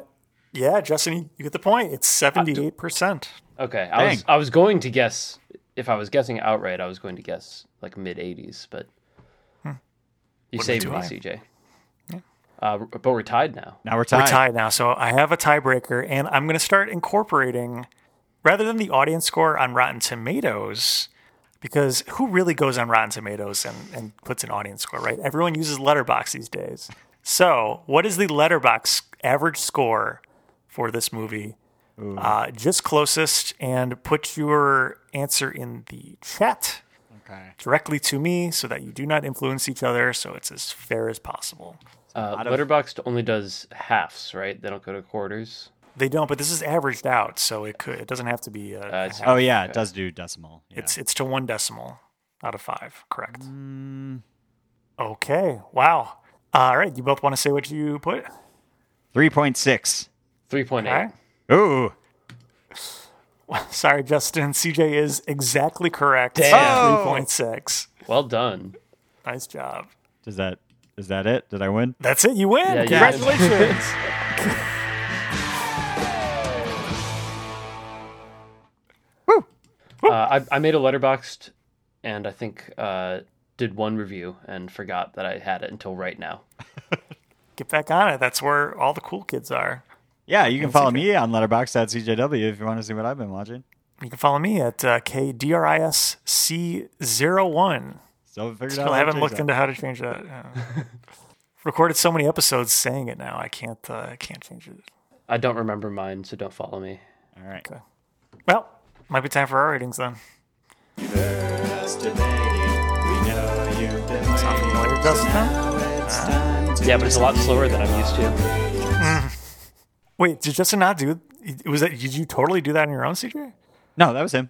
[SPEAKER 2] yeah, Justin, you- you get the point. It's 78%.
[SPEAKER 3] Okay. I
[SPEAKER 1] Dang.
[SPEAKER 3] was I was going to guess if I was guessing outright, I was going to guess like mid 80s, but you
[SPEAKER 2] Would've been
[SPEAKER 3] saved
[SPEAKER 2] too
[SPEAKER 3] me,
[SPEAKER 2] high.
[SPEAKER 3] CJ. Uh, but we're tied now.
[SPEAKER 1] now we're
[SPEAKER 2] We're
[SPEAKER 1] tied.
[SPEAKER 2] tied now. So I have a tiebreaker, and I'm going to start incorporating rather than the audience score on Rotten Tomatoes, because who really goes on Rotten Tomatoes and, and puts an audience score, right? Everyone uses Letterbox these days. So, what is the Letterbox average score for this movie? Uh, just closest, and put your answer in the chat.
[SPEAKER 1] Okay.
[SPEAKER 2] directly to me so that you do not influence each other. So it's as fair as possible.
[SPEAKER 3] Uh, Letterboxd only does halves, right? They don't go to quarters.
[SPEAKER 2] They don't, but this is averaged out, so it could it doesn't have to be.
[SPEAKER 3] Uh,
[SPEAKER 2] A,
[SPEAKER 3] it's-
[SPEAKER 1] Oh yeah, it does do decimal. Yeah.
[SPEAKER 2] It's it's to one decimal out of five. Correct.
[SPEAKER 3] Mm.
[SPEAKER 2] Okay. Wow. All right. You both want to say what you put?
[SPEAKER 1] three point six.
[SPEAKER 3] Three point
[SPEAKER 2] All right.
[SPEAKER 3] eight.
[SPEAKER 1] Ooh.
[SPEAKER 2] Sorry, Justin. CJ is exactly correct.
[SPEAKER 3] Damn.
[SPEAKER 2] Three point six.
[SPEAKER 3] Well done.
[SPEAKER 2] Nice job.
[SPEAKER 1] Does that is that it? Did I win?
[SPEAKER 2] That's it. You win.
[SPEAKER 3] Yeah, you
[SPEAKER 2] Congratulations.
[SPEAKER 3] Uh, I, I made a letterboxed, and I think uh, did one review and forgot that I had it until right now.
[SPEAKER 2] Get back on it. That's where all the cool kids are.
[SPEAKER 1] Yeah, you can follow me on Letterboxd at CJW if you want to see what I've been watching.
[SPEAKER 2] You can follow me at uh, KDRISC01.
[SPEAKER 1] Still haven't figured out.
[SPEAKER 2] Still
[SPEAKER 1] how to
[SPEAKER 2] haven't
[SPEAKER 1] change
[SPEAKER 2] looked
[SPEAKER 1] that.
[SPEAKER 2] into how to change that. yeah. Recorded so many episodes saying it now. I can't. Uh, I can't change it.
[SPEAKER 3] I don't remember mine, so don't follow me.
[SPEAKER 1] All right.
[SPEAKER 2] Well, might be time for our ratings then. Later, Justin.
[SPEAKER 3] Yeah, but it's a lot slower than I'm used to.
[SPEAKER 2] Wait, did Justin not do? Was that? Did you totally do that on your own, CJ?
[SPEAKER 1] No, that was him.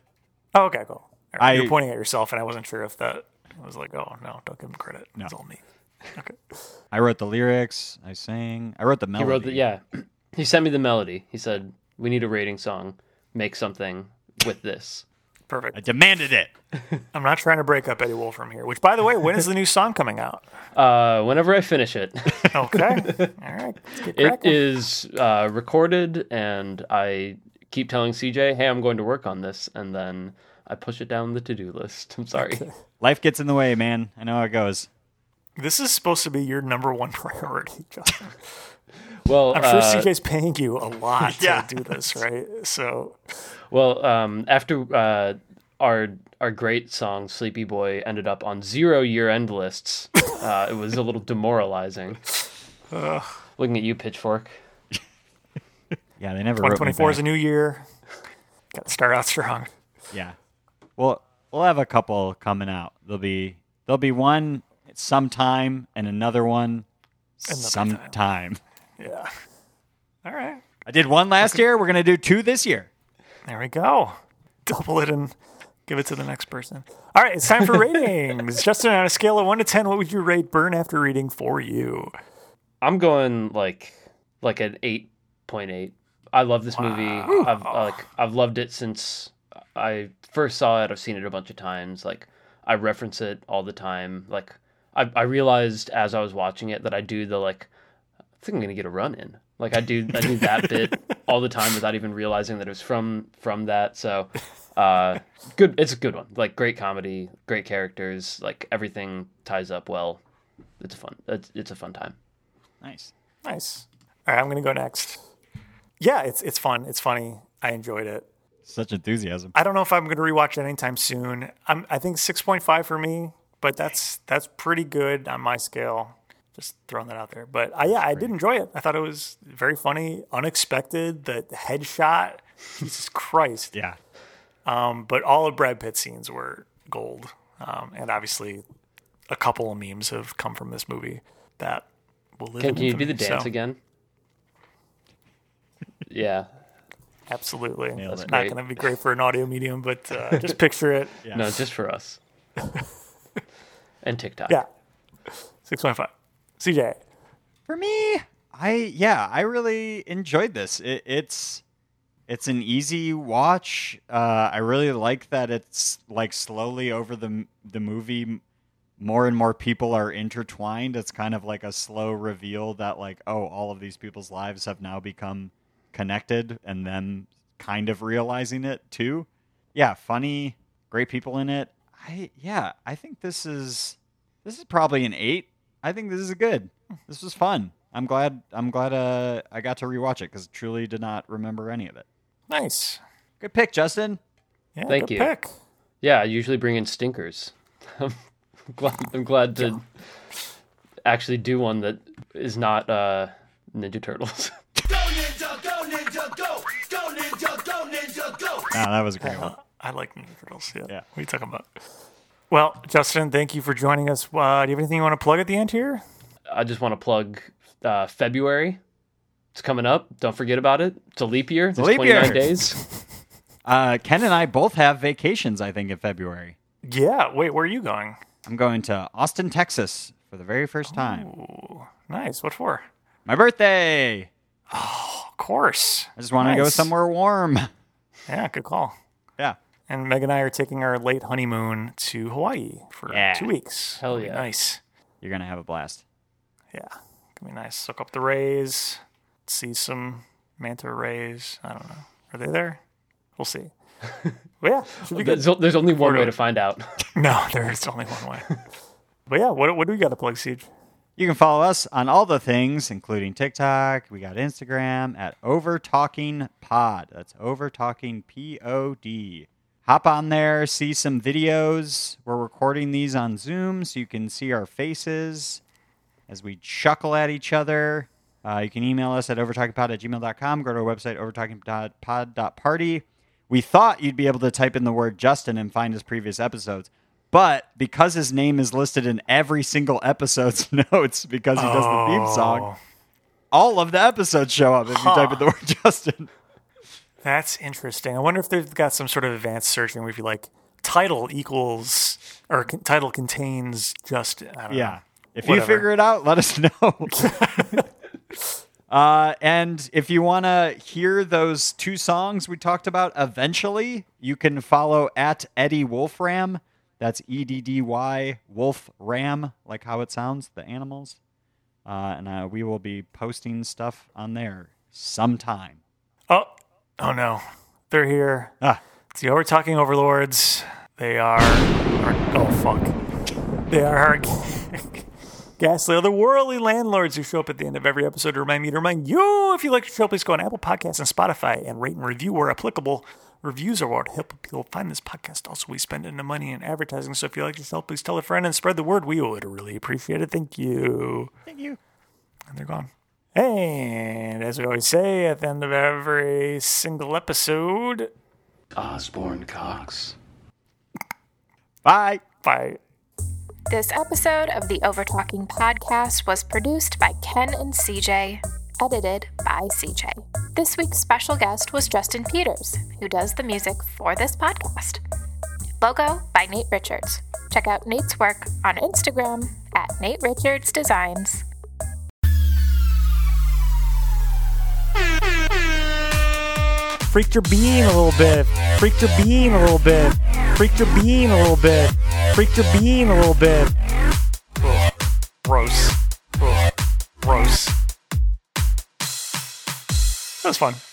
[SPEAKER 2] Oh, okay, cool.
[SPEAKER 1] I-
[SPEAKER 2] You're pointing at yourself, and I wasn't sure if that. I was like, oh no, don't give him credit. It's all me. Okay.
[SPEAKER 1] I wrote the lyrics. I sang. I wrote the
[SPEAKER 3] He
[SPEAKER 1] melody.
[SPEAKER 3] wrote the yeah. He sent me the melody. He said, "We need a rating song. Make something with this."
[SPEAKER 1] I
[SPEAKER 2] Perfect.
[SPEAKER 1] demanded it.
[SPEAKER 2] I'm not trying to break up Eddie Wolfram here. Which, by the way, when is the new song coming out?
[SPEAKER 3] Uh, whenever I finish it,
[SPEAKER 2] Okay. All right. Let's get
[SPEAKER 3] it
[SPEAKER 2] cracking.
[SPEAKER 3] is uh, recorded, and I keep telling CJ, "Hey, I'm going to work on this," and then I push it down the to-do list. I'm sorry.
[SPEAKER 1] Life gets in the way, man. I know how it goes.
[SPEAKER 2] This is supposed to be your number one priority, Justin.
[SPEAKER 3] Well,
[SPEAKER 2] I'm sure
[SPEAKER 3] uh,
[SPEAKER 2] CJ's paying you a lot to do this, right? So,
[SPEAKER 3] Well, um, after uh, our our great song "Sleepy Boy" ended up on zero year end lists, uh, it was a little demoralizing. Looking at you, Pitchfork.
[SPEAKER 1] Yeah, they never wrote me
[SPEAKER 2] 2024 is a
[SPEAKER 1] back.
[SPEAKER 2] new year. Got to start out strong.
[SPEAKER 1] Yeah. Well, we'll have a couple coming out. There'll be there'll be one sometime and another one sometime.
[SPEAKER 2] Yeah. All right.
[SPEAKER 1] I did one last year. We're gonna do two this year.
[SPEAKER 2] There we go. Double it and give it to the next person. All right. It's time for ratings. Justin, on a scale of one to 10, what would you rate Burn After Reading for you?
[SPEAKER 3] I'm going like like an eight point eight. I love this movie. I've uh, like I've loved it since I first saw it. I've seen it a bunch of times. Like I reference it all the time. Like I, I realized as I was watching it that I do the like I think I'm gonna get a run in. Like I do I do that bit all the time without even realizing that it was from from that. So uh good it's a good one. Like great comedy, great characters, like everything ties up well. It's a fun it's, it's a fun time.
[SPEAKER 1] Nice.
[SPEAKER 2] Nice. All right. I'm going to go next. Yeah. It's, it's fun. It's funny. I enjoyed it.
[SPEAKER 1] Such enthusiasm.
[SPEAKER 2] I don't know if I'm going to rewatch it anytime soon. I'm, I think 6.5 for me, but that's that's pretty good on my scale. Just throwing that out there. But I, yeah, I did enjoy it. I thought it was very funny, unexpected. The headshot, Jesus Christ!
[SPEAKER 1] Yeah.
[SPEAKER 2] Um, but all of Brad Pitt scenes were gold, um, and obviously, a couple of memes have come from this movie that will live.
[SPEAKER 3] Can,
[SPEAKER 2] in
[SPEAKER 3] can you do the
[SPEAKER 2] infamy.
[SPEAKER 3] dance
[SPEAKER 2] So,
[SPEAKER 3] again? Yeah.
[SPEAKER 2] Absolutely,
[SPEAKER 1] Nailed
[SPEAKER 2] it's
[SPEAKER 1] it.
[SPEAKER 2] not
[SPEAKER 3] Great.
[SPEAKER 2] going to be great for an audio medium, but uh, just picture it.
[SPEAKER 3] No, just for us. and TikTok.
[SPEAKER 2] Yeah. 6.5. CJ.
[SPEAKER 1] For me, I yeah, I really enjoyed this. It, it's it's an easy watch. Uh, I really like that it's like slowly over the m- the movie, m- more and more people are intertwined. It's kind of like a slow reveal that like oh, all of these people's lives have now become connected, and them kind of realizing it too. Yeah, funny, great people in it. I yeah, I think this is this is probably an eight. I think this is good. This was fun. I'm glad. I'm glad. Uh, I got to rewatch it because truly did not remember any of it.
[SPEAKER 2] Nice.
[SPEAKER 1] Good pick, Justin.
[SPEAKER 2] Yeah,
[SPEAKER 3] Thank
[SPEAKER 2] good
[SPEAKER 3] you.
[SPEAKER 2] pick.
[SPEAKER 3] Yeah, I usually bring in stinkers. I'm glad, I'm glad to actually do one that is not uh, Ninja Turtles.
[SPEAKER 1] Ah, that was a great one.
[SPEAKER 2] I like Ninja Turtles. Yeah.
[SPEAKER 1] Yeah.
[SPEAKER 2] What are you talking about? Well, Justin, thank you for joining us. Uh, do you have anything you want to plug at the end here?
[SPEAKER 3] I just want to plug uh, February. It's coming up. Don't forget about it. It's a leap year. There's
[SPEAKER 1] leap
[SPEAKER 3] 29
[SPEAKER 1] year.
[SPEAKER 3] days.
[SPEAKER 1] Uh, Ken and I both have vacations, I think, in February.
[SPEAKER 2] Yeah. Wait, where are you going?
[SPEAKER 1] I'm going to Austin, Texas for the very first
[SPEAKER 2] Oh.
[SPEAKER 1] time.
[SPEAKER 2] Nice. What for?
[SPEAKER 1] My birthday.
[SPEAKER 2] Of course.
[SPEAKER 1] I just want to go somewhere warm.
[SPEAKER 2] Yeah, good call.
[SPEAKER 1] Yeah.
[SPEAKER 2] And Meg and I are taking our late honeymoon to Hawaii for
[SPEAKER 1] Yeah.
[SPEAKER 2] two weeks.
[SPEAKER 3] Hell
[SPEAKER 2] It'll be
[SPEAKER 3] yeah.
[SPEAKER 2] Nice.
[SPEAKER 1] You're going to have a blast.
[SPEAKER 2] Yeah. Gonna be nice. Soak up the rays, see some manta rays. I don't know. Are they there? We'll see. Well, yeah. Should be good.
[SPEAKER 3] There's, there's only one way to find out.
[SPEAKER 2] No, there's only one way. But yeah, what, what do we got to plug, Siege?
[SPEAKER 1] You can follow us on all the things, including TikTok. We got Instagram at Over Talking Pod. That's Over Talking P O D. Hop on there, see some videos. We're recording these on Zoom so you can see our faces as we chuckle at each other. Uh, you can email us at overtalkingpod at gmail.com. Go to our website, overtalkingpod.party. We thought you'd be able to type in the word Justin and find his previous episodes, but because his name is listed in every single episode's notes because he does the theme song, all of the episodes show up if you type in the word Justin.
[SPEAKER 2] That's interesting. I wonder if they've got some sort of advanced searching where if you like title equals or con- title contains just I don't
[SPEAKER 1] Yeah. If you
[SPEAKER 2] Whatever.
[SPEAKER 1] figure it out, let us know. uh, and if you want to hear those two songs we talked about eventually, you can follow at Eddie Wolfram. That's E D D Y Wolf Ram, like how it sounds, the animals. Uh, and uh, we will be posting stuff on there sometime.
[SPEAKER 2] know. Oh, oh no, they're here.
[SPEAKER 1] Ah.
[SPEAKER 2] It's the over talking overlords. They are, are- oh fuck, they are our g- ghastly otherworldly landlords who show up at the end of every episode to remind me to remind you. If you like the show, please go on Apple Podcasts and Spotify and rate and review where applicable. Reviews are what help people find this podcast. Also, we spend the money in advertising, so if you like the show, please tell a friend and spread the word. We would really appreciate it. Thank you. Thank you. And they're gone. And as we always say at the end of every single episode,
[SPEAKER 6] Osborne Cox.
[SPEAKER 1] Bye.
[SPEAKER 2] bye.
[SPEAKER 10] This episode of the Overtalking podcast was produced by Ken and CJ, edited by CJ. This week's special guest was Justin Peters, who does the music for this podcast. Logo by Nate Richards. Check out Nate's work on Instagram at Nate Richards Designs.
[SPEAKER 2] Freaked your bean a little bit. Freaked your bean a little bit. Freaked your bean a little bit. Freaked your bean a little bit. Ugh. Gross. Ugh. Gross. That was fun.